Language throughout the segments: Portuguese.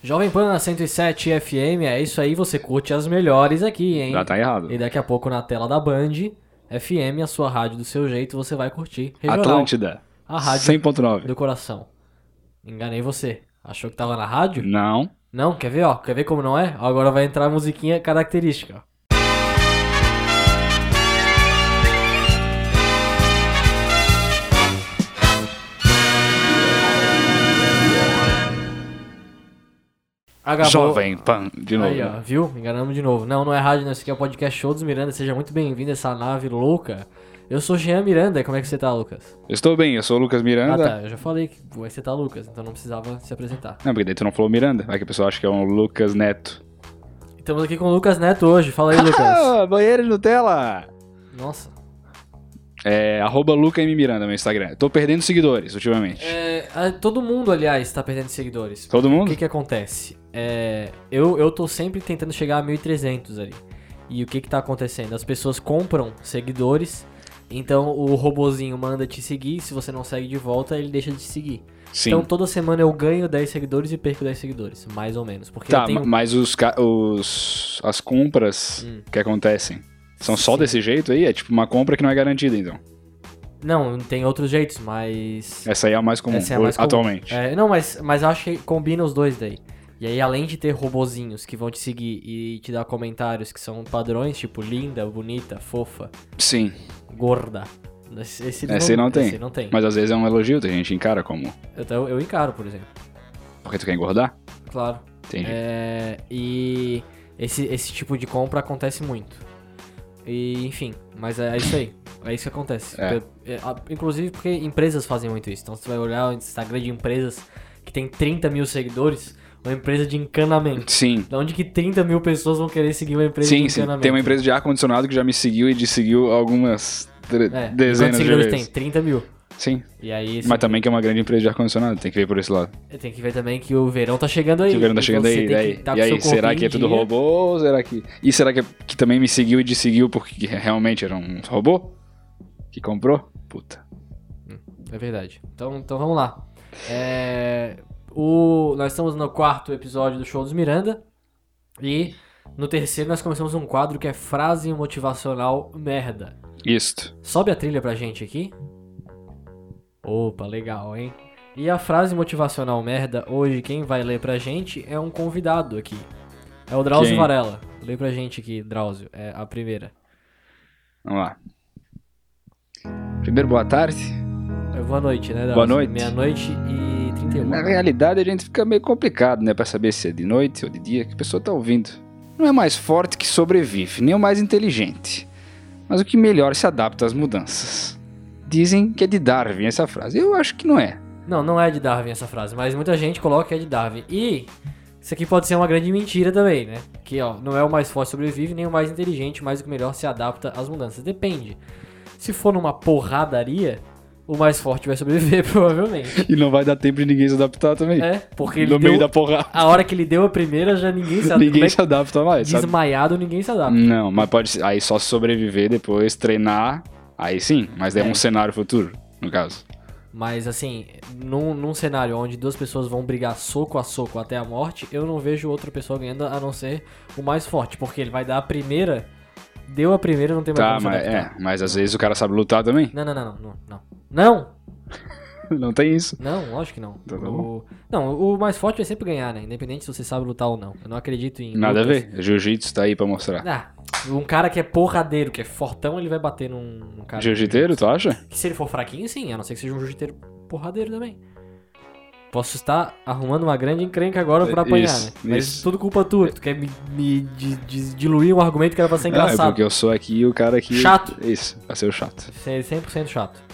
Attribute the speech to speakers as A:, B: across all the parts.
A: Jovem Pan 107 FM, é isso aí, você curte as melhores aqui, hein?
B: Já tá errado.
A: E daqui a pouco na tela da Band, FM, a sua rádio do seu jeito, você vai curtir. Regional,
B: Atlântida.
A: a rádio
B: 100.9.
A: do coração. Enganei você. Achou que tava na rádio?
B: Não.
A: Não, quer ver, ó? Quer ver como não é? Ó, Agora vai entrar a musiquinha característica, ó. Acabou.
B: Jovem Pan, de novo.
A: Aí, ó, viu? Enganamos de novo. Não, não é rádio, não. Esse aqui é o podcast Show dos Miranda. Seja muito bem-vindo a essa nave louca. Eu sou Jean Miranda. Como é que você tá, Lucas?
B: Eu Estou bem, eu sou o Lucas
A: Ah,
B: Miranda.
A: tá. Eu já falei que você tá, Lucas. Então não precisava se apresentar.
B: Não, porque daí tu não falou Miranda. Vai que a pessoa acha que é um Lucas Neto.
A: Estamos aqui com o Lucas Neto hoje. Fala aí, Lucas.
B: Ah, banheiro de Nutella!
A: Nossa.
B: É, arroba Luca M. Miranda, meu Instagram. Tô perdendo seguidores ultimamente.
A: É, ah, todo mundo, aliás, tá perdendo seguidores.
B: Todo
A: O
B: mundo?
A: que que acontece? É, eu, eu tô sempre tentando chegar a 1.300 ali. E o que que tá acontecendo? As pessoas compram seguidores, então o robozinho manda te seguir, se você não segue de volta, ele deixa de te seguir.
B: Sim.
A: Então toda semana eu ganho 10 seguidores e perco 10 seguidores, mais ou menos. Porque
B: tá,
A: eu tenho...
B: ma- mas os, ca- os as compras que acontecem são só
A: Hum. Sim.
B: desse jeito aí? É tipo uma compra que não é garantida, então.
A: Não, tem outros jeitos, mas...
B: Essa aí é a mais comum,
A: Essa é a mais comum.
B: atualmente.
A: É, não, mas, mas eu acho que combina os dois daí. E aí, além de ter robozinhos que vão te seguir e te dar comentários que são padrões, tipo linda, bonita, fofa,
B: Sim,
A: gorda. Esse, esse
B: Esse não tem.
A: Esse não tem.
B: mas às vezes é um elogio, tem gente que encara como.
A: Então eu encaro, por exemplo.
B: Porque tu quer engordar?
A: Claro.
B: Entendi.
A: É, e esse, esse tipo de compra acontece muito. E, enfim, mas é, é isso aí. É isso que acontece.
B: É.
A: É, a- inclusive porque empresas fazem muito isso. Então você vai olhar o Instagram de empresas que tem 30 mil seguidores, uma empresa de encanamento.
B: Sim.
A: Da onde que 30 mil pessoas vão querer seguir uma empresa
B: Sim,
A: de
B: sim.
A: encanamento?
B: Tem uma empresa de ar-condicionado que já me seguiu e desseguiu algumas tre-
A: é. Quantos
B: dezenas de
A: seguidores
B: vezes.
A: tem? 30 mil.
B: Sim.
A: E aí,
B: Mas também que é uma grande empresa de ar-condicionado, tem que ver por esse lado.
A: tem que ver também que o verão tá chegando aí.
B: Que o governo tá chegando
A: Então, você
B: aí,
A: tem
B: daí.
A: que tá
B: e
A: com seu
B: aí,
A: corpinho
B: será que é
A: em
B: tudo
A: dia.
B: robô ou será que. E será que, é- que também me seguiu e desseguiu porque realmente era um robô? Que comprou? Puta.
A: É verdade. Então, então vamos lá. É, o, nós estamos no quarto episódio do Show dos Miranda. E no terceiro nós começamos um quadro que é frase motivacional merda.
B: Isto.
A: Sobe a trilha pra gente aqui. Opa, legal, hein? E a frase motivacional merda, hoje quem vai ler pra gente é um convidado aqui. É o Drauzio
B: Quem?
A: Varela. Lê pra gente aqui, Drauzio. É a primeira.
B: Vamos lá. Primeiro, boa tarde.
A: É boa noite, né, Drauzio?
B: Boa noite.
A: Meia-noite e 31.
B: Na realidade, a gente fica meio complicado, né? Pra saber se é de noite ou de dia, que a pessoa tá ouvindo. Não é mais forte que sobrevive, nem o mais inteligente, mas o que melhor se adapta às mudanças. Dizem que é de Darwin essa frase. Eu acho que não é.
A: Não, não é de Darwin essa frase, mas muita gente coloca que é de Darwin. E isso aqui pode ser uma grande mentira também, né? Que ó, não é o mais forte sobrevive, nem o mais inteligente, mas o que melhor se adapta às mudanças. Depende. Se for numa porradaria, o mais forte vai sobreviver, provavelmente.
B: E não vai dar tempo de ninguém se adaptar também.
A: É, porque ele deu,
B: porrada,
A: a hora que ele deu a primeira, já ninguém se adapta. Como é
B: adapta
A: que-
B: mais. sabe?
A: Desmaiado, ninguém se adapta.
B: Não, mas pode ser. Aí só se sobreviver depois, treinar. Aí sim, mas daí é
A: É.
B: um cenário futuro, no caso.
A: Mas assim, num, num cenário onde duas pessoas vão brigar soco a soco até a morte, eu não vejo outra pessoa ganhando a não ser o mais forte, porque ele vai dar a primeira, deu a primeira, não tem mais
B: Tá,
A: como se
B: mas, é,
A: adaptar.
B: mas às vezes o cara sabe lutar também.
A: Não, não, não, não, não, não. Não,
B: Não tem isso.
A: não, lógico que não.
B: Tá bom.
A: o, não, o mais forte vai sempre ganhar, né? Independente se você sabe lutar ou não. Eu não acredito em.
B: Nada a
A: lutas.
B: ver. Jiu-jitsu tá aí pra mostrar.
A: Ah, um cara que é porradeiro, que é fortão, ele vai bater num, num cara.
B: Jiu-jiteiro, tu acha?
A: Que se ele for fraquinho, sim, a não ser que seja um jiu-jiteiro porradeiro também. Posso estar arrumando uma grande encrenca agora pra
B: É,
A: apanhar,
B: isso,
A: né? Mas
B: isso.
A: tudo culpa tua. Tu quer me, me di- di- diluir um argumento que era pra ser
B: Ah, é
A: engraçado.
B: porque eu sou aqui e o cara aqui.
A: Chato.
B: Isso, pra ser o chato.
A: Ser 100% chato.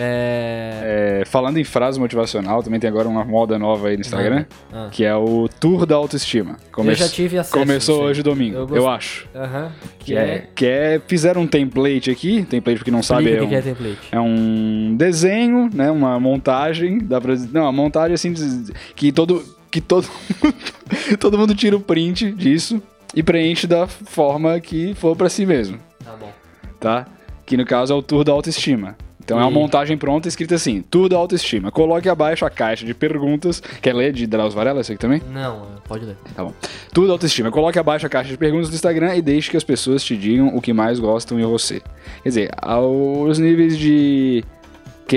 A: É.
B: É, falando em frase motivacional, também tem agora uma moda nova aí no Instagram,
A: Ah.
B: que é o Tour da Autoestima. Come-
A: Eu já tive acesso.
B: Começou
A: não sei.
B: hoje domingo,
A: Eu
B: eu,
A: gost-
B: acho.
A: Aham. Que
B: Que é,
A: é.
B: que é. Fizeram um template aqui, template porque não sabe.
A: Explica
B: É
A: o que que é
B: um,
A: template.
B: é um desenho, né? Uma montagem. Dá pra dizer. Não, uma montagem assim diz- que todo. Que todo mundo, todo mundo tira o print disso e preenche da forma que for pra si mesmo.
A: Tá bom.
B: tá? Que no caso é o tour da autoestima. Então é uma
A: E-
B: montagem pronta escrita assim: tudo autoestima. Coloque abaixo a caixa de perguntas. Quer ler de Drauzio Varela isso aqui também?
A: Não, é, pode ler.
B: Tá bom. Tudo autoestima. Coloque abaixo a caixa de perguntas do Instagram e deixe que as pessoas te digam o que mais gostam em você. Quer dizer, aos níveis de que-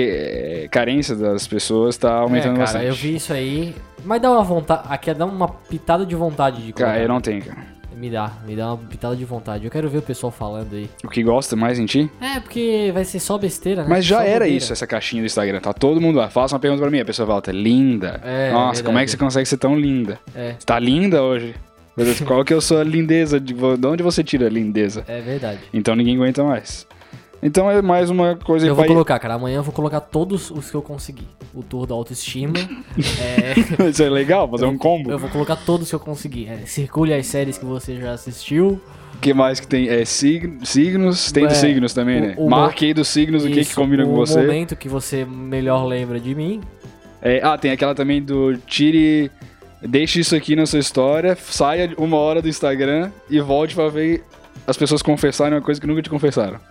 B: eh, carência das pessoas tá aumentando
A: é, cara,
B: bastante.
A: eu vi isso aí. Mas dá uma vontade. Aqui é dá uma pitada de vontade de
B: Cara,
A: colocar.
B: eu não tenho, cara.
A: Me dá, me dá uma pitada de vontade. Eu quero ver o pessoal falando aí.
B: O que gosta mais em ti?
A: É, porque vai ser só besteira, né?
B: Mas já
A: Só
B: era
A: bobeira.
B: isso, essa caixinha do Instagram. Tá todo mundo lá. Faça uma pergunta pra mim. A pessoa fala, tá linda.
A: É,
B: Nossa,
A: verdade.
B: como é que você consegue ser tão linda?
A: É.
B: Você tá linda hoje? Meu Deus, qual que é a sua lindeza? De vo- de onde você tira a lindeza?
A: É verdade.
B: Então ninguém aguenta mais. Então é mais uma coisa
A: Eu
B: pra
A: vou colocar, cara. Amanhã eu vou colocar todos os que eu conseguir. O tour da autoestima. é,
B: Isso é legal, fazer um combo.
A: eu vou colocar todos que eu conseguir. É, circule as séries que você já assistiu.
B: O que mais que tem? É sig- signos? Tem
A: É,
B: dos signos também,
A: o-
B: né?
A: o
B: Marque aí dos signos, o que que
A: Isso,
B: combina com você.
A: O momento que você melhor lembra de mim.
B: É, ah, tem aquela também do tire... Deixe isso aqui na sua história, saia uma hora do Instagram e volte pra ver as pessoas confessarem uma coisa que nunca te confessaram.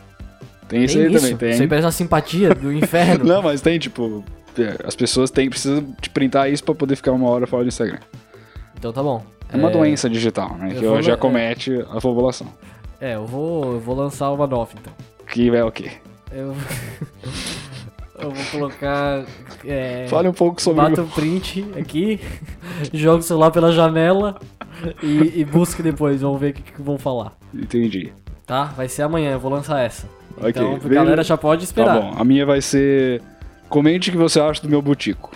B: Tem isso
A: tem
B: aí
A: isso.
B: também, tem.
A: Você parece uma simpatia do inferno.
B: Não, mas tem, tipo... é, As pessoas têm, precisam te printar isso pra poder ficar uma hora fora do Instagram.
A: Então tá bom.
B: É uma doença digital, né?
A: eu
B: Que
A: vou le-
B: hoje
A: é.
B: já comete a população.
A: É, eu vou, eu vou lançar uma nova então.
B: Que é o quê?
A: Eu, eu vou colocar. É...
B: Fale um pouco sobre...
A: Bata um print aqui, joga o celular pela janela e, e busca depois, vamos ver o que, que vão falar.
B: Entendi.
A: Tá? Vai ser amanhã, eu vou lançar essa.
B: Ok,
A: Então, a
B: beleza.
A: galera já pode
B: Tá
A: esperar.
B: bom, a minha vai ser. Comente o que você acha do meu butico.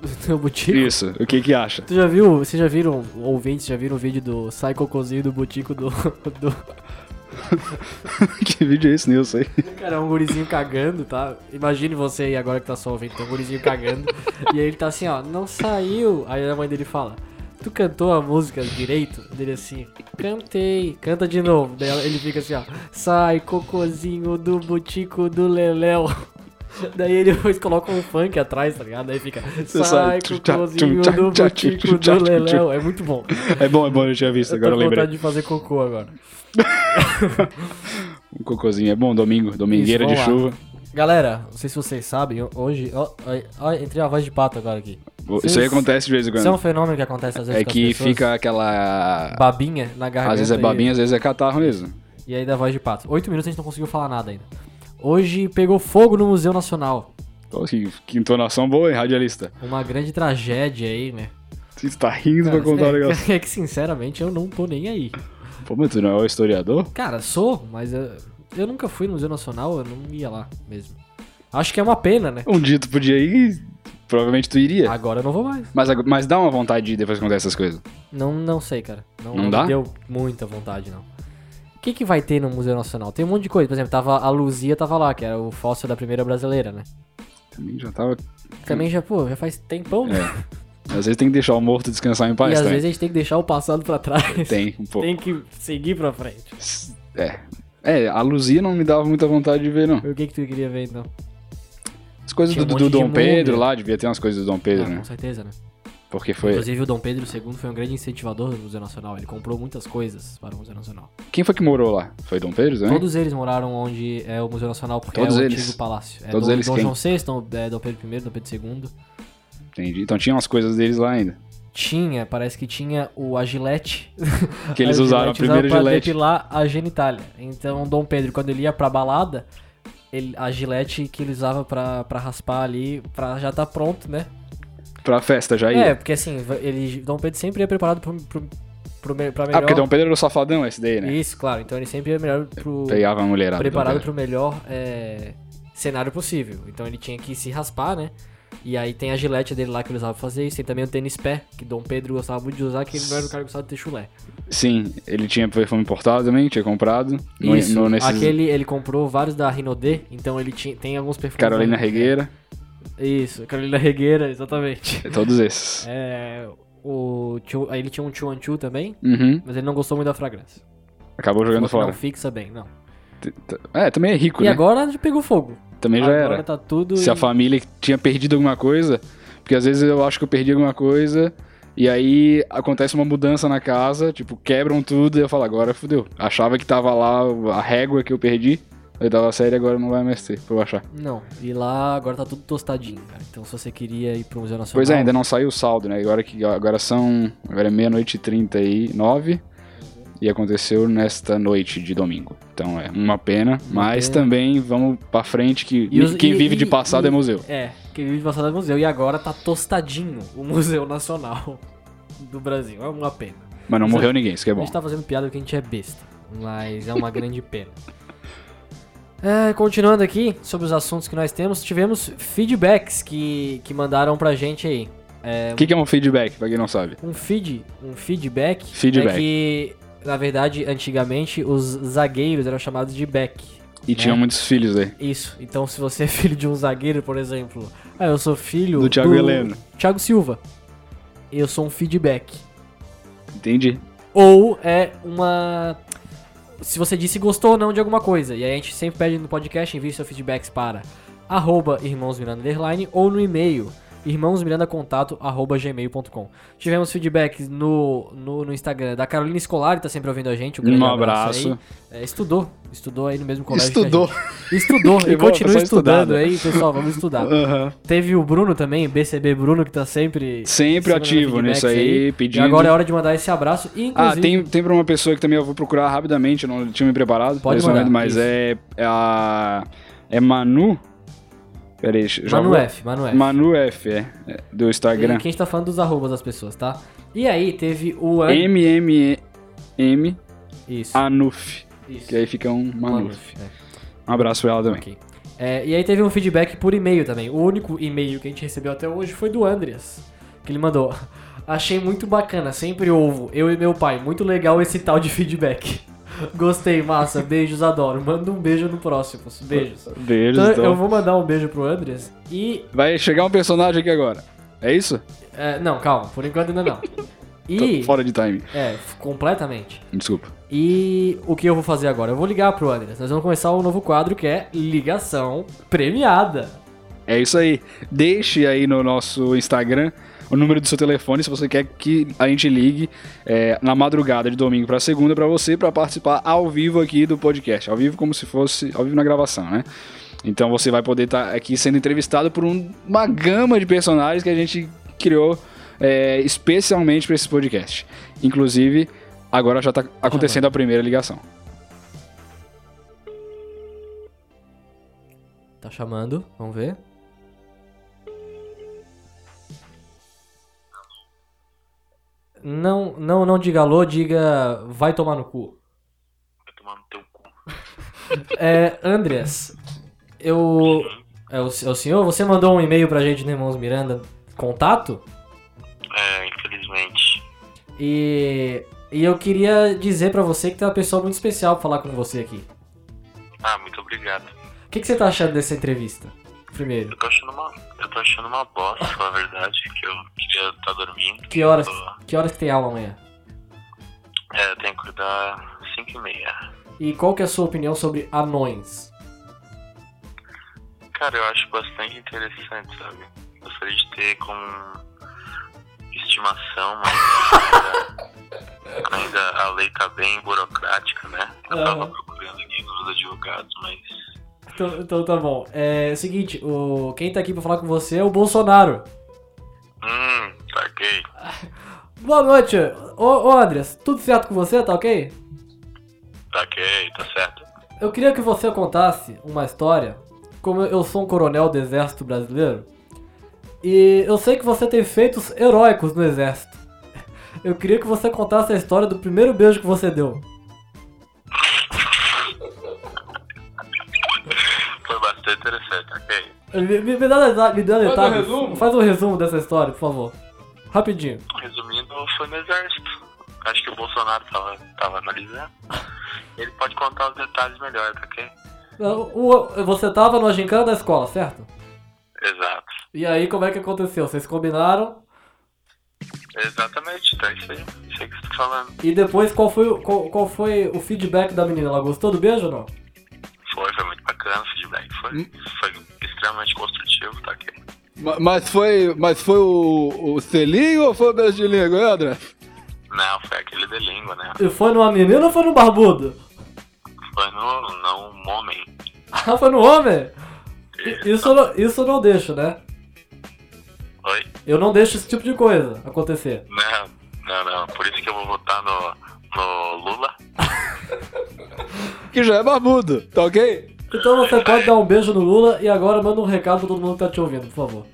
A: Do teu butico.
B: Isso, o que que acha?
A: Tu já viu, vocês já viram, ouvintes, já viram o vídeo do Sai Cocôzinho do Butico do, do...
B: que vídeo é esse, Nilson? aí?
A: Cara, é um gurizinho cagando, tá? Imagine você aí agora que tá só ouvindo, tem um gurizinho cagando. e aí ele tá assim, ó, não saiu. Aí a mãe dele fala, tu cantou a música direito? Dele assim, cantei. Canta de novo. Daí ela- ele fica assim, ó, sai cocôzinho do butico do Leléu. Daí ele depois coloca um funk atrás, tá ligado? Daí fica, sai
B: sai, tchum, tchá,
A: cocôzinho
B: tchum, tchá,
A: do
B: tchá, tchum,
A: butico
B: tchá,
A: do
B: tchum, tchá.
A: Leléu. É muito bom.
B: É bom, é bom, eu tinha visto,
A: Eu
B: agora
A: tô
B: eu
A: com
B: lembrei.
A: vontade de fazer cocô agora.
B: Um cocôzinho, é bom, domingo, domingueira
A: Isso,
B: de
A: vamos
B: chuva.
A: Galera, não sei se vocês sabem, eu- hoje. Ó, ó, ó, entrei a voz de pato agora aqui.
B: Isso aí acontece de vez em
A: Isso é um
B: quando.
A: fenômeno que acontece às vezes.
B: É
A: com as
B: que
A: pessoas.
B: fica aquela.
A: Babinha na garganta.
B: Às vezes é
A: e-
B: babinha, às vezes é catarro mesmo.
A: E, aí dá voz de pato. Oito minutos a gente não conseguiu falar nada ainda. Hoje pegou fogo no Museu Nacional.
B: Pô, Que, Então, assim, que entonação boa, hein, radialista?
A: Uma grande tragédia aí, né?
B: Você tá rindo pra contar o negócio.
A: é, que sinceramente eu não tô nem aí.
B: Pô, mas tu não é o historiador?
A: Cara, sou, mas eu, eu nunca fui no Museu Nacional, eu não ia lá mesmo. Acho que é uma pena, né?
B: Um dia tu podia ir, e provavelmente tu iria.
A: Agora eu não vou mais.
B: Mas, ag- mas dá uma vontade de ir depois que acontece essas coisas.
A: Não, não sei, cara. Não,
B: Não
A: me
B: dá?
A: deu muita vontade, não. O que, que vai ter no Museu Nacional? Tem um monte de coisa. Por exemplo, tava, a Luzia tava lá, que era o fóssil da primeira brasileira, né?
B: Também já tava
A: Também já, pô, já faz tempão. né?
B: É. Às vezes tem que deixar o morto descansar em
A: e
B: paz, tá?
A: às
B: também.
A: vezes a gente tem que deixar o passado pra trás.
B: Tem, um pouco.
A: Tem que seguir pra frente.
B: É. É, a Luzia não me dava muita vontade de ver, não.
A: O que que tu queria ver, então?
B: As coisas
A: Tinha
B: do,
A: um
B: do
A: monte de
B: Dom
A: múmia.
B: Pedro lá, devia ter umas coisas do Dom Pedro,
A: Ah,
B: né?
A: com certeza, né?
B: Porque foi.
A: Inclusive, o Dom Pedro II foi um grande incentivador do Museu Nacional. Ele comprou muitas coisas para o Museu Nacional.
B: Quem foi que morou lá? Foi Dom Pedro, né?
A: Todos eles moraram onde é o Museu Nacional, porque
B: Todos
A: é o
B: eles.
A: antigo palácio. É
B: Todos
A: Dom,
B: eles
A: Dom
B: quem?
A: João VI, Dom, é, Dom Pedro I, Dom Pedro II.
B: Entendi. Então tinha umas coisas deles lá ainda.
A: Tinha, parece que tinha o a Gillette.
B: Que eles
A: A
B: usaram, a
A: Gillette
B: primeira
A: usava pra
B: Gillette.
A: depilar a genitália. Então, Dom Pedro, quando ele ia pra balada, ele- a Gillette que ele usava pra, pra raspar ali, pra já tá pronto, né?
B: Pra festa já
A: É,
B: ia.
A: porque assim, va- ele, Dom Pedro sempre ia preparado pro, pro, pro, me- pra melhor...
B: ah, porque Dom Pedro era o safadão esse daí, né?
A: Isso, claro. Então, ele sempre ia melhor pro...
B: Pegava a mulherada. do Dom
A: preparado
B: Pedro.
A: pro melhor é, cenário possível. Então, ele tinha que se raspar, né? E aí tem a gilete dele lá que ele usava pra fazer isso. Tem também o tênis pé, que Dom Pedro gostava muito de usar, que ele não era o cara que gostava de ter chulé.
B: Sim, ele tinha perfume importado também, tinha comprado. No,
A: Isso,
B: no- nesses-
A: aquele ele comprou vários da Rinodê, então ele tinha, tem alguns perfumes.
B: Carolina Regueira,
A: Isso, Carolina Regueira, exatamente.
B: todos esses.
A: É, o, Chu- aí ele tinha um Chuan Chu também,
B: Uhum.
A: mas ele não gostou muito da fragrância.
B: Acabou jogando
A: Falou que
B: fora.
A: Não fixa bem, não.
B: T- t- É, também é rico,
A: E
B: né?
A: agora já pegou fogo.
B: Também já
A: agora
B: era.
A: tá tudo.
B: se a
A: em-
B: família tinha perdido alguma coisa, porque às vezes eu acho que eu perdi alguma coisa e aí acontece uma mudança na casa, tipo, quebram tudo e eu falo, agora fudeu. Achava que tava lá a régua que eu perdi, Oitava série agora não vai mais ter, pra eu achar.
A: Não, e lá agora tá tudo tostadinho, cara. Então se você queria ir pro Museu Nacional.
B: Pois é, ainda não saiu o saldo, né? Agora, que, agora são. Agora é meia-noite e trinta e nove. E aconteceu nesta noite de domingo. Então é uma pena, mas
A: pena.
B: também vamos pra frente que
A: E os-
B: quem
A: e-
B: vive de
A: e-
B: passado
A: e-
B: é museu.
A: É, que vive de passado é museu. E agora tá tostadinho o Museu Nacional do Brasil. É uma pena.
B: Mas não
A: Mas
B: morreu ninguém, isso que é
A: A
B: bom.
A: gente tá fazendo piada porque a gente é besta, mas é uma grande pena. É, continuando aqui sobre os assuntos que nós temos, tivemos feedbacks que, que mandaram pra gente aí.
B: O que, que é um feedback, pra quem não sabe?
A: Um feed, um feedback,
B: Feedback.
A: é que, na verdade, antigamente os zagueiros eram chamados de back.
B: E tinha
A: É.
B: muitos filhos aí.
A: Isso. Então, se você é filho de um zagueiro, por exemplo, ah, eu sou filho
B: Do Thiago Heleno.
A: Thiago Silva. Eu sou um feedback.
B: Entendi.
A: Ou é uma. Se você disse gostou ou não de alguma coisa. E aí a gente sempre pede no podcast, envie seus feedbacks para arroba irmãosmiranda underline ou no e-mail irmãosmirandacontato arroba gmail.com Tivemos feedbacks no, no, no Instagram da Carolina Escolar, que tá sempre ouvindo a gente. Um, grande
B: Um
A: abraço.
B: abraço.
A: aí. É, estudou. Estudou aí no mesmo colégio. que a
B: Estudou.
A: gente. Estudou.
B: Que
A: e
B: bom,
A: continua
B: pessoal
A: estudando
B: estudado.
A: aí, pessoal. Vamos estudar.
B: Aham.
A: Teve o Bruno também, BCB Bruno, que tá sempre.
B: Sempre
A: mandando
B: ativo
A: feedbacks
B: nisso aí,
A: E
B: pedindo.
A: agora é hora de mandar esse abraço. E,
B: Ah,
A: inclusive,
B: tem, tem pra uma pessoa que também eu vou procurar rapidamente, eu não tinha me preparado
A: Pode
B: nesse
A: mandar,
B: momento, mas
A: isso.
B: é, é a. É Manu. Pera aí, já
A: Manu
B: vou-
A: F, Manu F.
B: Manu F, é. é, Do
A: E
B: Instagram.
A: aqui a gente tá falando dos arrobas das pessoas, tá? E aí teve o An...
B: M-M-M
A: Isso,
B: Anuf.
A: isso.
B: Que aí fica um Manuf.
A: Manuf, é,
B: Um abraço pra ela também.
A: ok. É, e aí teve um feedback por e-mail também. O único e-mail que a gente recebeu até hoje foi do Andreas, que ele mandou. Achei muito bacana, sempre ouvo, eu e meu pai. Muito legal esse tal de feedback. Gostei, massa, beijos, adoro. Manda um beijo no próximo. Beijos.
B: Beijos,
A: Então,
B: então.
A: eu vou mandar um beijo pro Andreas e
B: Vai chegar um personagem aqui agora. É isso?
A: É, não, calma, por enquanto ainda não. E.
B: Tô fora de time.
A: É, f- completamente.
B: Desculpa.
A: E o que eu vou fazer agora? Eu vou ligar pro Andreas. Nós vamos começar um novo quadro que é Ligação Premiada.
B: É isso aí. Deixe aí no nosso Instagram o número do seu telefone se você quer que a gente ligue é, na madrugada de domingo pra segunda pra você pra participar ao vivo aqui do podcast. Ao vivo como se fosse ao vivo na gravação, né? Então você vai poder estar aqui sendo entrevistado por um- uma gama de personagens que a gente criou é, especialmente pra esse podcast. Inclusive, agora já tá acontecendo a primeira ligação.
A: Tá chamando, vamos ver. Não, não, não diga alô, diga vai tomar no cu.
C: Vai tomar no teu cu.
A: É, Andreas, eu. É o, é o senhor? Você mandou um e-mail pra gente no Irmãos Miranda, contato?
C: É, infelizmente.
A: E, e eu queria dizer pra você que tem uma pessoa muito especial pra falar com você aqui.
C: Ah, muito obrigado.
A: O que, que você tá achando dessa entrevista? Primeiro,
C: Eu tô achando uma. Eu tô achando uma bosta, pra falar a verdade, que eu queria estar dormindo.
A: que horas,
C: Tô-
A: que horas que tem aula amanhã?
C: É, eu tenho que acordar 5 e meia.
A: E qual que é a sua opinião sobre anões?
C: Cara, eu acho bastante interessante, sabe? Gostaria de ter como estimação, mas ainda, ainda a lei tá bem burocrática, né? Eu tava
A: Aham.
C: procurando aqui nos advogados, mas.
A: Então, então tá bom. É, o seguinte, o, quem tá aqui pra falar com você é o Bolsonaro.
C: Hum, saquei.
A: Boa noite, ô, ô Andreas, tudo certo com você, tá ok?
C: Saquei, tá certo.
A: Eu queria que você contasse uma história. Como eu sou um coronel do exército brasileiro, e eu sei que você tem feitos heróicos no exército. Eu queria que você contasse a história do primeiro beijo que você deu.
C: Foi bastante interessante, ok?
A: Me, me- me dá, deta- me dá
B: um
A: detalhes.
B: resumo.
A: Faz um resumo dessa história, por favor. Rapidinho.
C: Resumindo, foi no exército. Acho que o Bolsonaro tava, tava analisando. Ele pode contar os detalhes melhor, tá ok?
A: O- o- você tava no gincana da escola, certo?
C: Exato.
A: E aí, como é que aconteceu? Vocês combinaram?
C: Exatamente, tá isso aí. Isso aí que você tá falando.
A: E depois, qual foi, o- qual, qual foi o feedback da menina? Ela gostou do beijo ou não?
C: Foi, foi muito bacana o feedback. Foi, foi extremamente construtivo, tá ok?
B: Mas foi, mas foi o, selinho ou foi o beijo de língua, André?
C: Não, foi aquele de língua, né?
A: E foi numa menina ou foi num barbudo?
C: Foi no, no homem.
A: Rafa no Ah, homem! Isso eu, não, isso eu não deixo, né?
C: Oi?
A: Eu não deixo esse tipo de coisa acontecer.
C: Não, não, não. Por isso que eu vou votar no, no Lula.
B: Que já é babudo, tá ok?
A: Então você pode dar um beijo no Lula e agora manda um recado pra todo mundo que tá te ouvindo, por favor.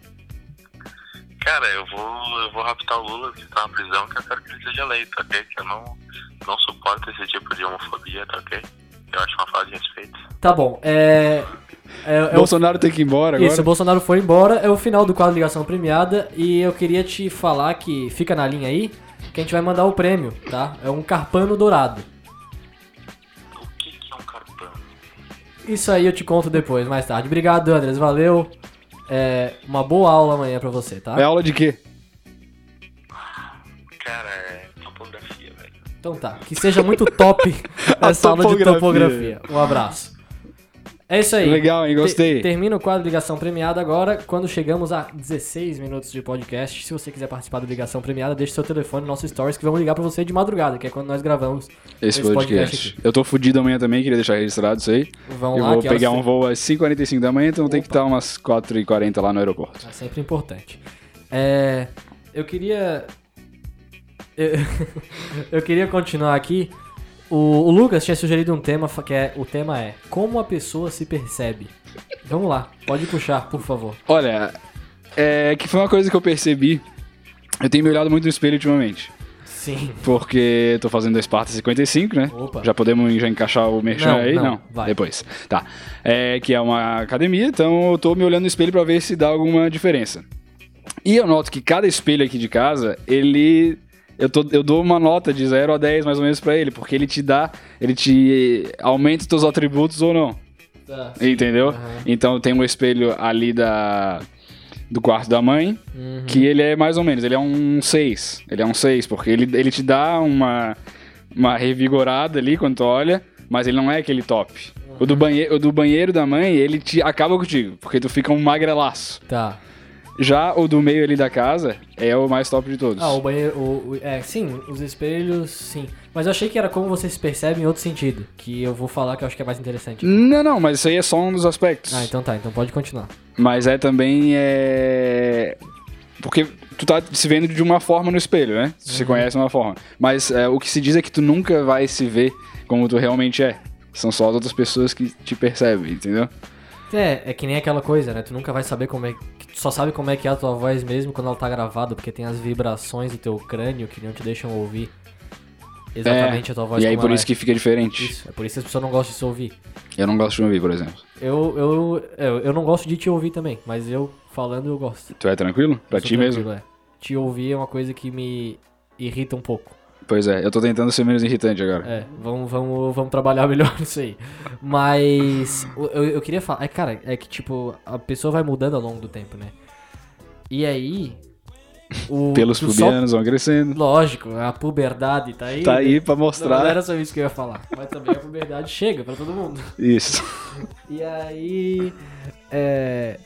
C: Cara, eu vou, eu vou raptar o Lula que tá na prisão, que eu quero que ele seja eleito, ok? Que eu não, não suporto esse tipo de homofobia, tá ok? Eu acho uma falta de respeito.
A: Tá bom, é. é- é o-
B: Bolsonaro tem que ir embora agora.
A: Isso, o Bolsonaro foi embora, é o final do quadro Ligação Premiada e eu queria te falar que fica na linha aí que a gente vai mandar o prêmio, tá? É um carpano dourado.
C: O que, que é um carpão?
A: Isso aí eu te conto depois, mais tarde. Obrigado, Andres, valeu. É, uma boa aula amanhã pra você, tá?
B: É aula de quê?
C: Cara, é topografia, velho.
A: Então tá, que seja muito top
B: A
A: essa aula de
B: topografia.
A: topografia. Um abraço. É isso aí.
B: Legal, hein?
A: Te-
B: Gostei.
A: termina o quadro Ligação Premiada agora, quando chegamos a 16 minutos de podcast. Se você quiser participar do Ligação Premiada, deixe seu telefone no nosso stories que vamos ligar pra você de madrugada, que é quando nós gravamos
B: Esse, podcast.
A: aqui.
B: Eu tô fudido amanhã também, queria deixar registrado isso aí.
A: Vamos
B: eu
A: lá,
B: vou
A: que é horas
B: pegar
A: você-
B: um voo às 5h45 da manhã, então tem que estar umas 4h40 lá no aeroporto.
A: É sempre importante. É, eu queria. Eu, eu queria continuar aqui. O, o Lucas tinha sugerido um tema fa- que é. O tema é Como a pessoa se percebe. Vamos lá, pode puxar, por favor.
B: Olha, é que foi uma coisa que eu percebi. Eu tenho me olhado muito no espelho ultimamente.
A: Sim.
B: Porque tô fazendo a Esparta 55, né?
A: Opa.
B: Já podemos já encaixar o merchan
A: Não,
B: aí?
A: não,
B: Não,
A: vai.
B: depois. Tá. É, que é uma academia, então eu tô me olhando no espelho pra ver se dá alguma diferença. E eu noto que cada espelho aqui de casa, ele. Eu, tô, eu dou uma nota de 0 a 10 mais ou menos pra ele, porque ele te dá. Ele te aumenta os teus atributos ou não.
A: Tá.
B: Entendeu?
A: Aham.
B: Então tem um espelho ali da. Do quarto da mãe,
A: Uhum.
B: que ele é mais ou menos, ele é um 6. Ele é um 6, porque ele, ele te dá uma, uma revigorada ali quando tu olha, mas ele não é aquele top. O,
A: Uhum.
B: do banheiro, o do banheiro da mãe, ele te acaba contigo, porque tu fica um magrelaço.
A: Tá.
B: Já o do meio ali da casa é o mais top de todos.
A: Ah, o banheiro. O, o- é, sim, os espelhos, sim. Mas eu achei que era como você se percebe em outro sentido. Que eu vou falar que eu acho que é mais interessante.
B: Não, não, mas isso aí é só um dos aspectos.
A: Ah, então tá, então pode continuar.
B: Mas é também. É... Porque tu tá se vendo de uma forma no espelho, né? Tu
A: Uhum.
B: se conhece de uma forma. Mas é, o que se diz é que tu nunca vai se ver como tu realmente é. São só as outras pessoas que te percebem, entendeu?
A: É, é que nem aquela coisa, né? Tu nunca vai saber como é que. Tu só sabe como é que é a tua voz mesmo quando ela tá gravada, porque tem as vibrações do teu crânio que não te deixam ouvir exatamente a tua voz
B: E aí
A: como
B: por
A: ela
B: isso
A: é.
B: que fica diferente.
A: Isso, é por isso que as pessoas não gostam de se ouvir.
B: Eu não gosto de ouvir, por exemplo.
A: Eu, eu, eu, eu não gosto de te ouvir também, mas eu falando eu gosto.
B: Tu é tranquilo? Pra
A: Eu sou
B: ti mesmo?
A: tranquilo, é. Te ouvir é uma coisa que me irrita um pouco.
B: Pois é, eu tô tentando ser menos irritante agora.
A: É, vamos, vamos, vamos trabalhar melhor nisso aí. Mas o- eu, eu queria falar, é, cara, é que tipo, a pessoa vai mudando ao longo do tempo, né? E aí. O,
B: Pelos
A: tu só-
B: pubianos vão crescendo.
A: Lógico, a puberdade tá aí.
B: Tá aí pra
A: Não, não
B: mostrar
A: era só isso que eu ia falar. Mas também a puberdade chega pra todo mundo.
B: isso.
A: E aí. É.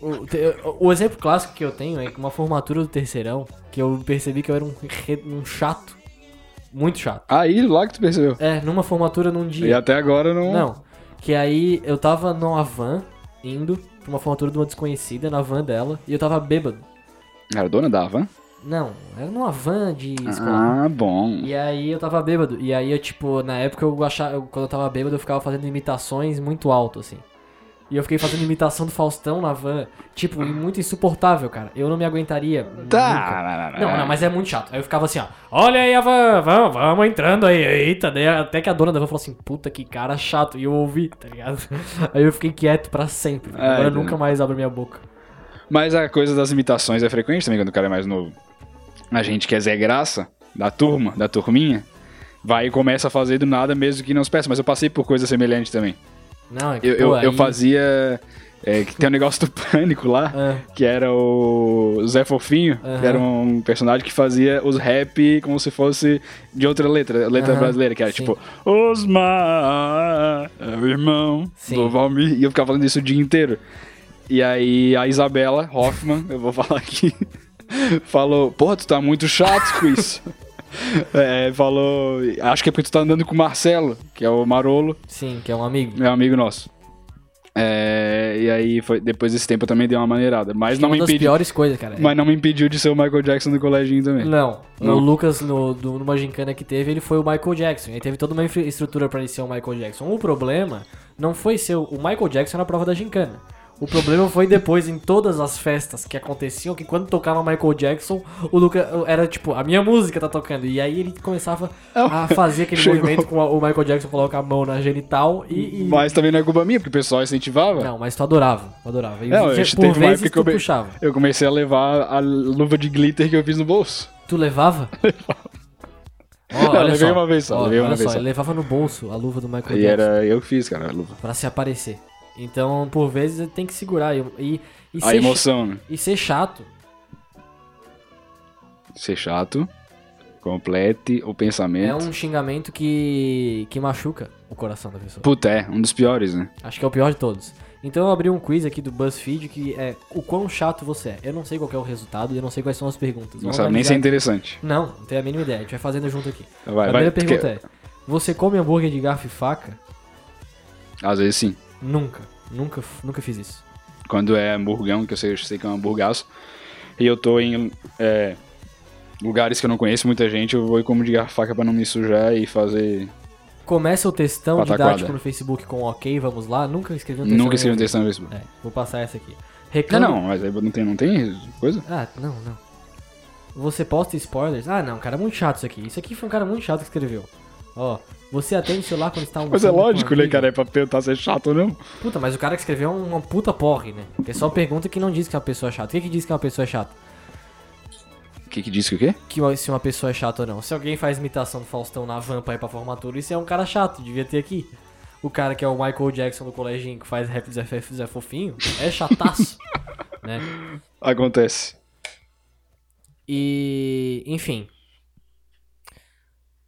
A: O, te- o exemplo clássico que eu tenho é que uma formatura do terceirão, que eu percebi que eu era um, re- um chato. Muito chato.
B: Aí, lá que tu percebeu.
A: É, numa formatura num dia.
B: E até agora eu não.
A: Não. Que aí eu tava numa van, indo pra uma formatura de uma desconhecida, na van dela, e eu tava bêbado.
B: Era dona da van?
A: Não, era numa van de escolar.
B: Ah, bom.
A: E aí eu tava bêbado. E aí eu, tipo, na época eu achava. eu- quando eu tava bêbado, eu ficava fazendo imitações muito alto, assim. E eu fiquei fazendo imitação do Faustão na van. Tipo, e muito insuportável, cara. Eu não me aguentaria. nunca.
B: Tá,
A: Não, não, mas é muito chato. Aí eu ficava assim, ó. Olha aí a van, vamos, vamos entrando aí. Eita, daí até que a dona da van falou assim, puta que cara chato. E eu ouvi, tá ligado? Aí eu fiquei quieto pra sempre.
B: Ai,
A: Agora eu
B: Deus.
A: nunca mais abro minha boca.
B: Mas a coisa das imitações é frequente também quando o cara é mais novo. A gente que é Zé Graça, da turma, da turminha, vai e começa a fazer do nada mesmo que não se peça. Mas eu passei por coisa semelhante também.
A: Não, é que,
B: Eu,
A: pô,
B: eu,
A: aí-
B: eu fazia. é, que tem um negócio do pânico lá,
A: Ah.
B: que era o Zé Fofinho,
A: Aham.
B: que era um personagem que fazia os rap como se fosse de outra letra, letra
A: Aham,
B: brasileira, que era
A: sim.
B: tipo Osmar, é o irmão
A: Sim.
B: do Valmir, e eu ficava falando isso o dia inteiro. E aí a Isabela Hoffman, eu vou falar aqui, falou: Porra, tu tá muito chato com isso. É, falou, acho que é porque tu tá andando com o Marcelo, que é o Marolo,
A: Sim, que é um amigo.
B: meu amigo nosso. É, e aí, foi- depois desse tempo eu também dei uma maneirada. Mas
A: é
B: não,
A: uma
B: me
A: das
B: impediu,
A: piores coisas, cara. é
B: mas não me impediu de ser o Michael Jackson do coleginho também.
A: Não,
B: Não.
A: o Lucas, no, do, numa gincana que teve, ele foi o Michael Jackson. Ele teve toda uma infra- estrutura pra ele ser o Michael Jackson. O problema não foi ser o o Michael Jackson na prova da gincana. O problema foi depois em todas as festas que aconteciam, que quando tocava Michael Jackson, o Lucas era tipo, a minha música tá tocando. E aí ele começava a fazer aquele
B: É Chegou.
A: movimento com a- o Michael Jackson coloca a mão na genital e. e-
B: Mas também não é culpa minha, porque o pessoal incentivava.
A: Não, mas tu adorava, adorava. E
B: Não, eu
A: por
B: acho que teve uma
A: vezes
B: época que eu
A: tu
B: be-
A: puxava.
B: Eu comecei a levar a luva de glitter que eu fiz no bolso.
A: Tu levava? Ó,
B: Não, levei uma vez só,
A: Ó,
B: levei uma
A: olha
B: vez só.
A: Ele levava no bolso a luva do Michael
B: E
A: Jackson
B: era eu que fiz, cara, a luva.
A: pra se aparecer. Então, por vezes, ele tem que segurar. E, e, e
B: A
A: ser,
B: emoção, né?
A: e ser chato.
B: Ser chato, complete o
A: É
B: pensamento.
A: um xingamento que, que machuca o coração da pessoa.
B: Puta, é, um dos piores, né?
A: Acho que é o pior de todos. Então eu abri um quiz aqui do BuzzFeed que é o quão chato você é. Eu não sei qual que é o resultado e eu não sei quais são as perguntas.
B: Não
A: Vamos
B: sabe nem se
A: analisar-
B: é interessante.
A: Não, não tenho a mínima ideia. A gente vai fazendo junto aqui.
B: Vai,
A: a
B: vai.
A: primeira pergunta é, você come hambúrguer de garfo e faca?
B: Às vezes sim.
A: Nunca. Nunca, f- nunca fiz isso.
B: Quando é hamburgão, que eu sei, eu sei que é um hamburgaço, e eu tô em é, lugares que eu não conheço muita gente, eu vou e como de garfo e faca pra não me sujar e fazer.
A: Começa o textão
B: Pataquada.
A: didático no Facebook com ok, vamos lá. Nunca escrevi um textão.
B: Nunca escrevi um
A: no
B: texto no Facebook.
A: É, vou passar essa aqui.
B: Não,
A: Reclama...
B: não, mas aí não tem, não tem coisa?
A: Ah, não, não. Você posta spoilers? Ah, não, cara, é muito chato isso aqui. Isso aqui foi um cara muito chato que escreveu. Ó, você atende o celular quando está um.
B: Mas é lógico, né, cara? É pra perguntar se é chato ou não.
A: Puta, mas o cara que escreveu é uma puta porre, né? O pessoal pergunta que não diz que é uma pessoa chata. O que, que diz que é uma pessoa chata?
B: O que que disse que o quê?
A: Que uma- se uma pessoa é chata ou não. Se alguém faz imitação do Faustão na van pra ir pra formatura, isso é um cara chato, devia ter aqui. O cara que é o Michael Jackson do coleginho que faz rap do Zé, Fe- Zé Fofinho é chataço, né?
B: Acontece.
A: E, enfim.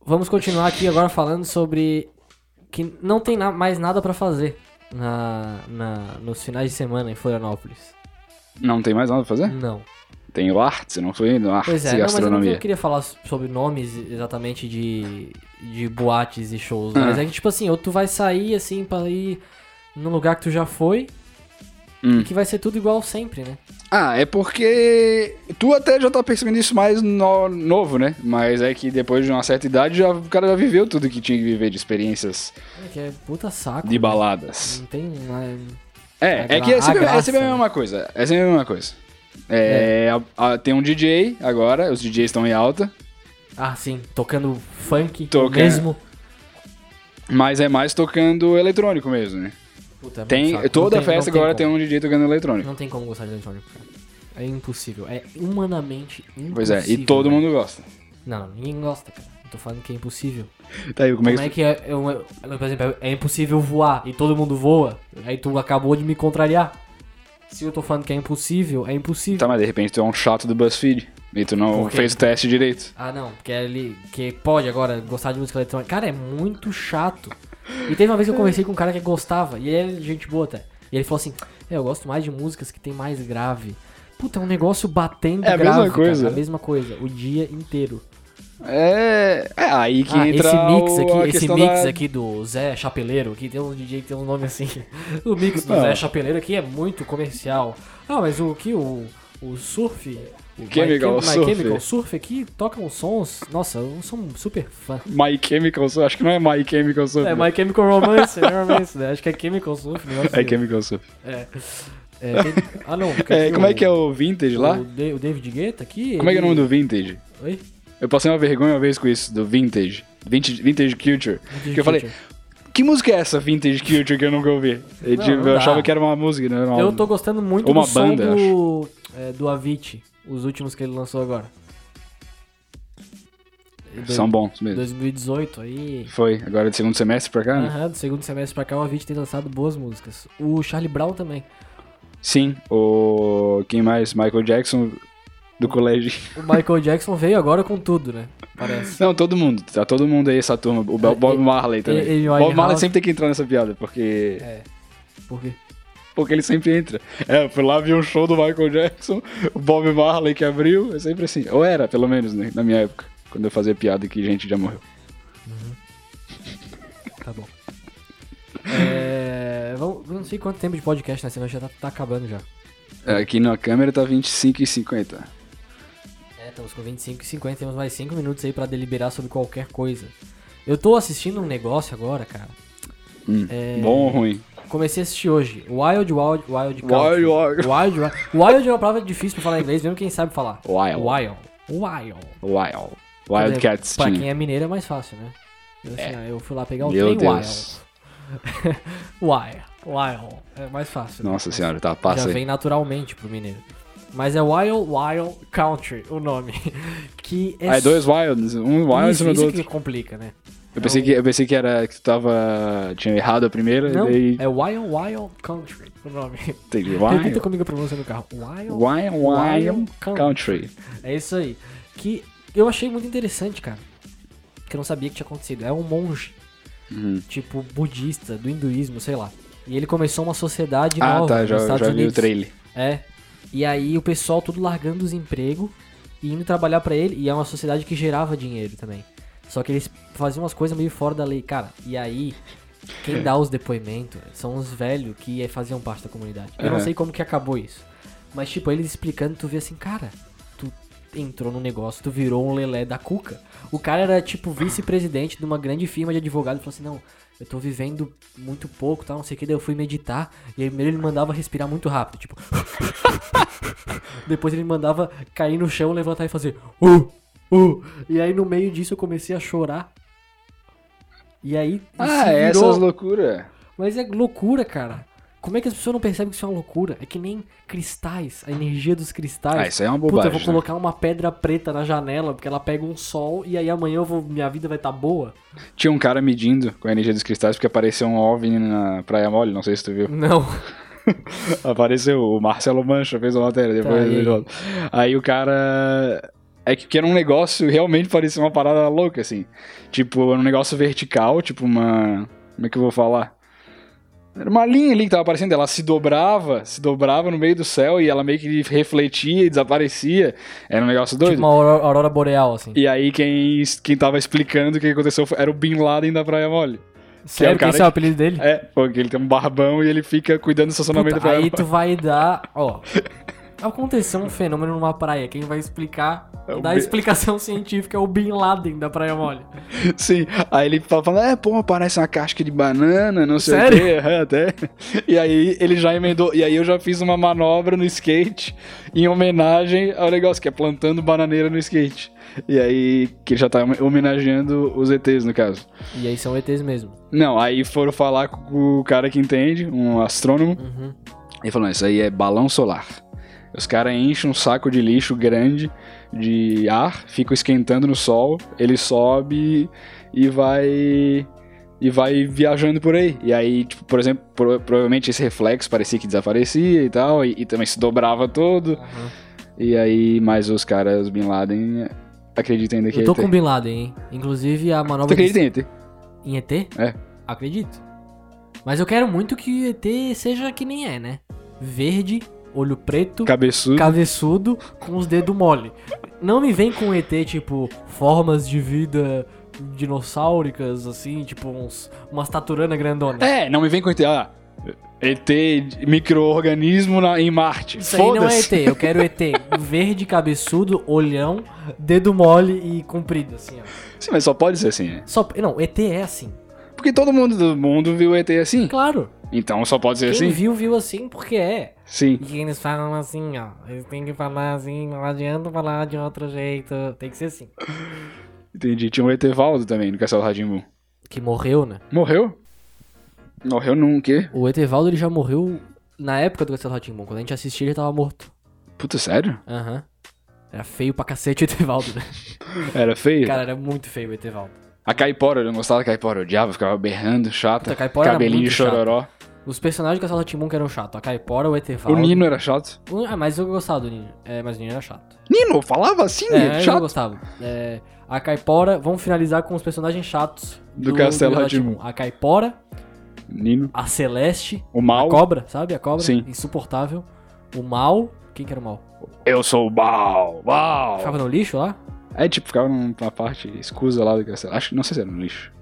A: Vamos continuar aqui agora falando sobre que não tem na- mais nada pra fazer na, na- nos finais de semana em Florianópolis.
B: Não tem mais nada pra fazer?
A: Não.
B: Tem o arte, não foi? No arte
A: Pois é,
B: e
A: não, mas eu não
B: gastronomia.
A: eu queria falar so- sobre nomes exatamente de, de boates e shows. né?
B: Hum.
A: Mas é que, tipo assim, ou tu vai sair assim pra ir num lugar que tu já foi
B: Hum.
A: e que vai ser tudo igual sempre, né?
B: Ah, é porque tu até já tá percebendo isso mais no- novo, né? Mas é que depois de uma certa idade já, o cara já viveu tudo que tinha que viver de experiências
A: É que é puta saco.
B: de
A: né?
B: baaladas.
A: Não tem. mais-
B: É,
A: A
B: é que é
A: gra-
B: sempre,
A: a
B: é sempre a
A: graça,
B: mesma coisa. É sempre a mesma coisa. É, a- a- tem um DJ agora, os DJs estão em alta,
A: Ah, sim, tocando funk
B: Toca-
A: mesmo.
B: mas é mais tocando eletrônico mesmo, né?
A: Puta, é muito
B: Tem,
A: chato. Não
B: toda
A: tem- não
B: festa agora tem
A: como.
B: um DJ tocando eletrônico.
A: Não tem como gostar de eletrônico, cara. É impossível. É humanamente impossível.
B: Pois é, e todo
A: né?
B: mundo gosta.
A: Não, não, ninguém gosta, cara. Eu tô falando que é impossível.
B: Tá aí, como é
A: Como
B: que...
A: é que é. é um- é- por exemplo, é impossível voar e todo mundo voa. Aí tu acabou de me contrariar. Se eu tô falando que é impossível, é impossível.
B: Tá, mas de repente tu é um chato do BuzzFeed e tu não
A: Por quê?
B: fez o teste direito.
A: Ah, não, porque ele que pode agora gostar de música eletrônica. Cara, é muito chato. E teve uma vez que eu conversei com um cara que gostava, e ele é gente boa até. E ele falou assim: É, eu gosto mais de músicas que tem mais grave. Puta, é um negócio batendo
B: É a mesma
A: grave, cara,
B: coisa.
A: a mesma coisa, o dia inteiro.
B: É, é aí que
A: ah,
B: entra
A: esse mix
B: o-
A: aqui,
B: a
A: esse
B: questão
A: mix
B: da-
A: aqui do Zé Chapeleiro, que tem um DJ que tem um nome assim. O mix do
B: Não.
A: Zé Chapeleiro aqui é muito comercial. Ah, mas o que o, o surf, o My
B: Chemical
A: Chem- My
B: Surf.
A: Chemical surf aqui toca uns sons. Nossa, eu sou um super fã.
B: My Chemical Surf, acho que não é My Chemical Surf.
A: É,
B: né?
A: My Chemical Romance, é Romance, né? Acho que é Chemical Surf, né?
B: É Chemical Surf.
A: É. É, tem- Ah, não. porque
B: É,
A: aqui
B: como é que é o Vintage lá?
A: O, Da- o David Guetta aqui.
B: Como é que é o nome do Vintage?
A: do. Oi?
B: Eu passei uma vergonha uma vez com isso, do Vintage. Vintage, vintage Culture. que eu falei,
A: Culture.
B: que música é essa Vintage Culture que eu nunca ouvi? E,
A: Não,
B: tipo,
A: não
B: eu
A: dá.
B: achava que era uma música, não era uma
A: Eu tô gostando muito
B: Uma
A: do som
B: banda,
A: do, é, do Avicii, os últimos que ele lançou agora. Do-
B: São bons mesmo.
A: 2018 aí.
B: Foi, agora de segundo semestre pra cá, né?
A: Aham, do segundo semestre pra cá o Avicii tem lançado boas músicas. O Charlie Brown também.
B: Sim, o... Quem mais? Michael Jackson do colégio.
A: O Michael Jackson veio agora com tudo, né? Parece.
B: Não, todo mundo. Tá todo mundo aí, essa turma. O Bo- Bob
A: E-
B: Marley também.
A: e- e o
B: Bob Marley
A: Winehouse.
B: sempre tem que entrar nessa piada, porque...
A: É. Por quê?
B: Porque ele sempre entra. É, eu fui lá vi um show do Michael Jackson, o Bob Marley que abriu, é sempre assim. Ou era, pelo menos, né, na minha época, quando eu fazia piada que gente já morreu.
A: Tá bom. É, vamos, vamos Não sei quanto tempo de podcast, né? Senão já tá, tá acabando já.
B: Aqui na câmera tá 25 e 50.
A: É, estamos com 25 e 50, temos mais 5 minutos aí pra deliberar sobre qualquer coisa. Eu tô assistindo um negócio agora, cara.
B: Hum,
A: É.
B: Bom ou ruim?
A: Comecei a assistir hoje. Wild Wild Wild Country.
B: Wild, wild.
A: Wild Wild. Wild é uma palavra difícil pra falar em inglês, mesmo quem sabe falar.
B: Wild.
A: Wild. Wild.
B: Wild. Wildcats
A: Pra
B: tinha.
A: quem é mineiro é mais fácil, né? Eu, assim, ah, eu fui lá pegar o
B: É. Meu
A: trem
B: Deus.
A: Wild. Wild. Wild. É mais fácil. né?
B: Nossa senhora, tá,
A: Já
B: passa aí.
A: vem naturalmente pro mineiro. Mas é Wild Wild Country o nome. Que é
B: Aí Ah, dois wilds, um wild em
A: isso,
B: cima do
A: isso que
B: outro.
A: complica, né?
B: Eu pensei que, eu pensei que era que tu tava. tinha errado a primeira,
A: Não,
B: e daí.
A: é Wild Wild Country o nome.
B: Entendi.
A: Repita
B: Wild,
A: comigo a pronúncia no carro. Wild
B: wild, wild
A: Wild
B: country.
A: É isso aí. Que eu achei muito interessante, cara. Que eu não sabia que tinha acontecido. É um monge,
B: Uhum.
A: tipo budista, do hinduísmo, sei lá. E ele começou uma sociedade
B: Ah,
A: nova
B: tá,
A: nos
B: já,
A: Estados
B: já vi
A: Unidos.
B: o trailer.
A: É. E aí o pessoal tudo largando os empregos e indo trabalhar pra ele. E é uma sociedade que gerava dinheiro também. Só que eles faziam umas coisas meio fora da lei, cara. E aí, quem dá os depoimentos são os velhos que eh, faziam parte da comunidade. Eu não
B: Aham.
A: sei como que acabou isso. Mas, tipo, eles explicando, tu vê assim, cara, tu entrou no negócio, tu virou um lelé da cuca. O cara era, tipo, vice-presidente de uma grande firma de advogado. Ele falou assim, não, eu tô vivendo muito pouco, tal, não sei o que. Daí eu fui meditar. E aí, primeiro ele mandava respirar muito rápido, tipo... Depois ele mandava cair no chão, levantar e fazer... Uh, uh. E aí, no meio disso, eu comecei a chorar. E aí,
B: Ah,
A: se
B: é
A: virou-
B: essas loucuras.
A: mas é loucura, cara. Como é que as pessoas não percebem que isso é uma loucura? É que nem cristais, a energia dos cristais.
B: Ah, isso aí é uma
A: Puta,
B: bobagem.
A: eu vou colocar uma pedra preta na janela, porque ela pega um sol e aí amanhã eu vou, minha vida vai estar boa.
B: né? Tinha um cara medindo com a energia dos cristais porque apareceu um OVNI na Praia Mole, não sei se tu viu.
A: Não.
B: Apareceu o Marcelo Mancha, fez a matéria depois.
A: e Tá aí?
B: do aí. aí o cara. É que que era um negócio realmente parecia uma parada louca, assim. Tipo, era um negócio vertical, tipo uma. Como é que eu vou falar? Era uma linha ali que tava aparecendo, ela se dobrava, se dobrava no meio do céu e ela meio que refletia e desaparecia. Era um negócio doido.
A: Tipo uma aurora, aurora boreal, assim.
B: E aí quem, quem tava explicando o que aconteceu foi- era o Bin Laden da Praia Mole.
A: Sério,
B: o cara
A: esse é o
B: que-
A: apelido dele?
B: É, porque ele tem um barbão e ele fica cuidando do estacionamento
A: Puta,
B: da Praia
A: aí
B: Mole.
A: tu vai dar, ó. Aconteceu um fenômeno numa praia. Quem vai explicar,
B: É o
A: dar a
B: Bin-
A: explicação científica é o Bin Laden da Praia Mole.
B: Sim, aí ele fala, falando, é, pô, parece uma casca de banana, não sei
A: Sério?
B: o quê, aham, até. E aí ele já emendou, e aí eu já fiz uma manobra no skate em homenagem ao negócio, que é plantando bananeira no skate. E aí, que ele já tá homenageando os ETs, no caso.
A: E aí são ETs mesmo.
B: Não, aí foram falar com o cara que entende, um astrônomo,
A: Uhum.
B: ele falou, "Não, isso aí é balão solar. Os caras enchem um saco de lixo grande de ar, ficam esquentando no sol, ele sobe e vai e vai viajando por aí. E aí, tipo, por exemplo, pro- provavelmente esse reflexo parecia que desaparecia e tal, e, e também se dobrava todo.
A: Aham.
B: E aí, mas os caras Bin Laden acreditam ainda que
A: Eu tô
B: é ET.
A: com o Bin Laden, hein? Inclusive a
B: Tu
A: manobra de-
B: acredita em ET?
A: em ET?
B: É.
A: Acredito. Mas eu quero muito que ET seja que nem é, né? Verde, olho preto,
B: Cabeçudo.
A: cabeçudo, com os dedos mole. Não me vem com ET, tipo, formas de vida dinossáuricas, assim, tipo, uns, umas taturana grandona.
B: É, não me vem com ET. Ah, ET, micro-organismo na- em Marte.
A: Isso aí não é ET,
B: Foda-se.
A: eu quero ET verde, cabeçudo, olhão, dedo mole e comprido, assim, ó.
B: Sim, mas só pode ser assim, né?
A: Só, não, ET é assim.
B: Porque todo mundo do mundo viu o ET assim.
A: Claro.
B: Então só pode ser
A: Quem
B: assim?
A: viu, viu assim porque é.
B: Sim.
A: E que eles falam assim, ó. Eles têm que falar assim, não adianta falar de outro jeito. Tem que ser assim.
B: Entendi. Tinha um Etevaldo também no Castelo Radimbu.
A: Que morreu, né?
B: Morreu? Morreu num quê?
A: O Etevaldo ele já morreu na época do Castelo Ratimbum. Quando a gente assistia, ele tava morto.
B: Puta, sério?
A: Aham. Era feio pra cacete o Etevaldo, né?
B: Era feio?
A: Cara, era muito feio o Etevaldo.
B: A Caipora, eu não gostava da Caipora, eu odiava, ficava berrando, chata.
A: Puta, a Caipora era
B: cabelinho
A: muito
B: chororó.
A: Os personagens do Castelo Ratimbum que eram chato. A Caipora, o
B: O
A: Etevaldo.
B: Nino era chato.
A: O- Ah, mas eu gostava do Nino. É, mas o Nino era chato.
B: Nino, falava assim,
A: É, eu
B: chato.
A: gostava. É, a Caipora, vamos finalizar com os personagens chatos
B: Do Castelo
A: Rá-Tim-Bum.
B: Rá-Tim-Bum.
A: A Caipora,
B: Nino,
A: a Celeste,
B: o mal.
A: a cobra, sabe? A cobra,
B: Sim.
A: insuportável. O mal, quem que era o mal?
B: Eu sou o Bal, Bal.
A: Ficava no lixo lá?
B: É, tipo, ficava numa parte escusa lá do castelo. Acho que não sei se era no lixo.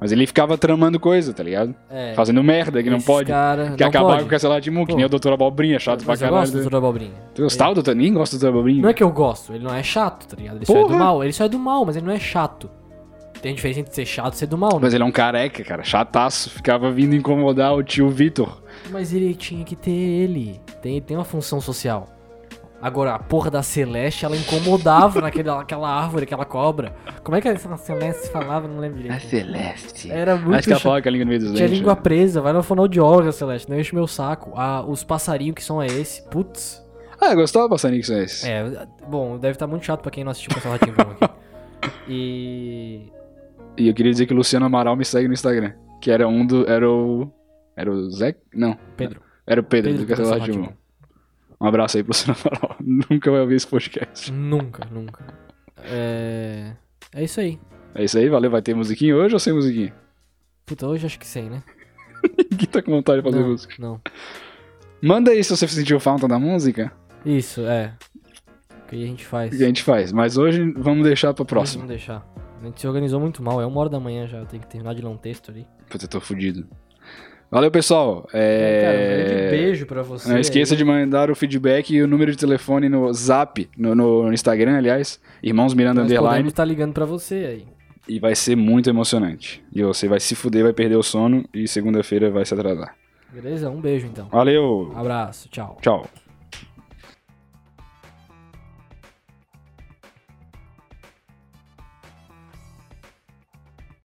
B: Mas ele ficava tramando coisa, tá ligado?
A: É.
B: Fazendo merda que não
A: Esses
B: pode.
A: Cara,
B: Que
A: É, não
B: acabar
A: pode.
B: com o canceladismo, que nem
A: Pô.
B: o Doutor Abobrinha, é chato pra
A: Mas eu gosto do
B: caralho. né?
A: Doutor Abobrinha.
B: Tu gostava do Doutor? Ninguém gosta do Doutor Abobrinha.
A: Não é que eu gosto, ele não é chato, tá ligado? Ele só é
B: Porra.
A: do mal, ele só é do mal, mas ele não é chato. Tem diferença entre ser chato e ser do mal, né?
B: Mas ele é um careca, cara, chataço. Ficava vindo incomodar o tio Vitor.
A: Mas ele tinha que ter ele. Tem, tem uma função social. Agora, a porra da Celeste, ela incomodava naquela aquela árvore, aquela cobra. Como é que a Celeste falava? Não lembro direito.
B: Celeste.
A: Era É muito
B: É, Acho que ela
A: chato.
B: falava com a língua no meio dos
A: Tinha
B: dentes.
A: língua
B: né?
A: presa, vai no fonoaudióloga, Celeste. Não enche meu saco. Ah, os passarinhos que som é esse? Putz.
B: Ah, eu gostava bastante disso, é esse.
A: É, bom, deve estar muito chato pra quem não assistiu o Ratinho Bom aqui. E.
B: E eu queria dizer que o Luciano Amaral me segue no Instagram. Que era um do. Era o. Era o Zé? Não.
A: Pedro.
B: Era o Pedro,
A: Pedro
B: do Castelo
A: Castelo
B: Rá-Tim-Bum. Um abraço aí pro Luciano Amaral. Nunca vai ouvir esse podcast.
A: Nunca, nunca. É. É isso aí.
B: É isso aí, valeu. Vai ter musiquinha hoje ou sem musiquinha?
A: Puta, hoje acho que sei, né?
B: Quem tá com vontade de fazer
A: Não,
B: música?
A: não.
B: Manda aí se você sentiu falta da música.
A: Isso, é. O que a gente faz?
B: E a gente faz. Mas hoje vamos deixar pra próxima.
A: Vamos deixar. A gente se organizou muito mal, é uma hora da manhã já, eu tenho que terminar de ler um texto ali.
B: Puta, eu tô fudido. Valeu, pessoal. É...
A: Cara, um grande beijo é. pra você.
B: Não esqueça de mandar o feedback e o número de telefone no Zap, no, no Instagram, aliás, Irmãos Miranda um Underline.
A: tá ligando pra você aí.
B: E vai ser muito emocionante. E você vai se fuder, vai perder o sono e segunda-feira vai se atrasar.
A: Beleza? Um beijo então.
B: Valeu!
A: Abraço, tchau.
B: Tchau!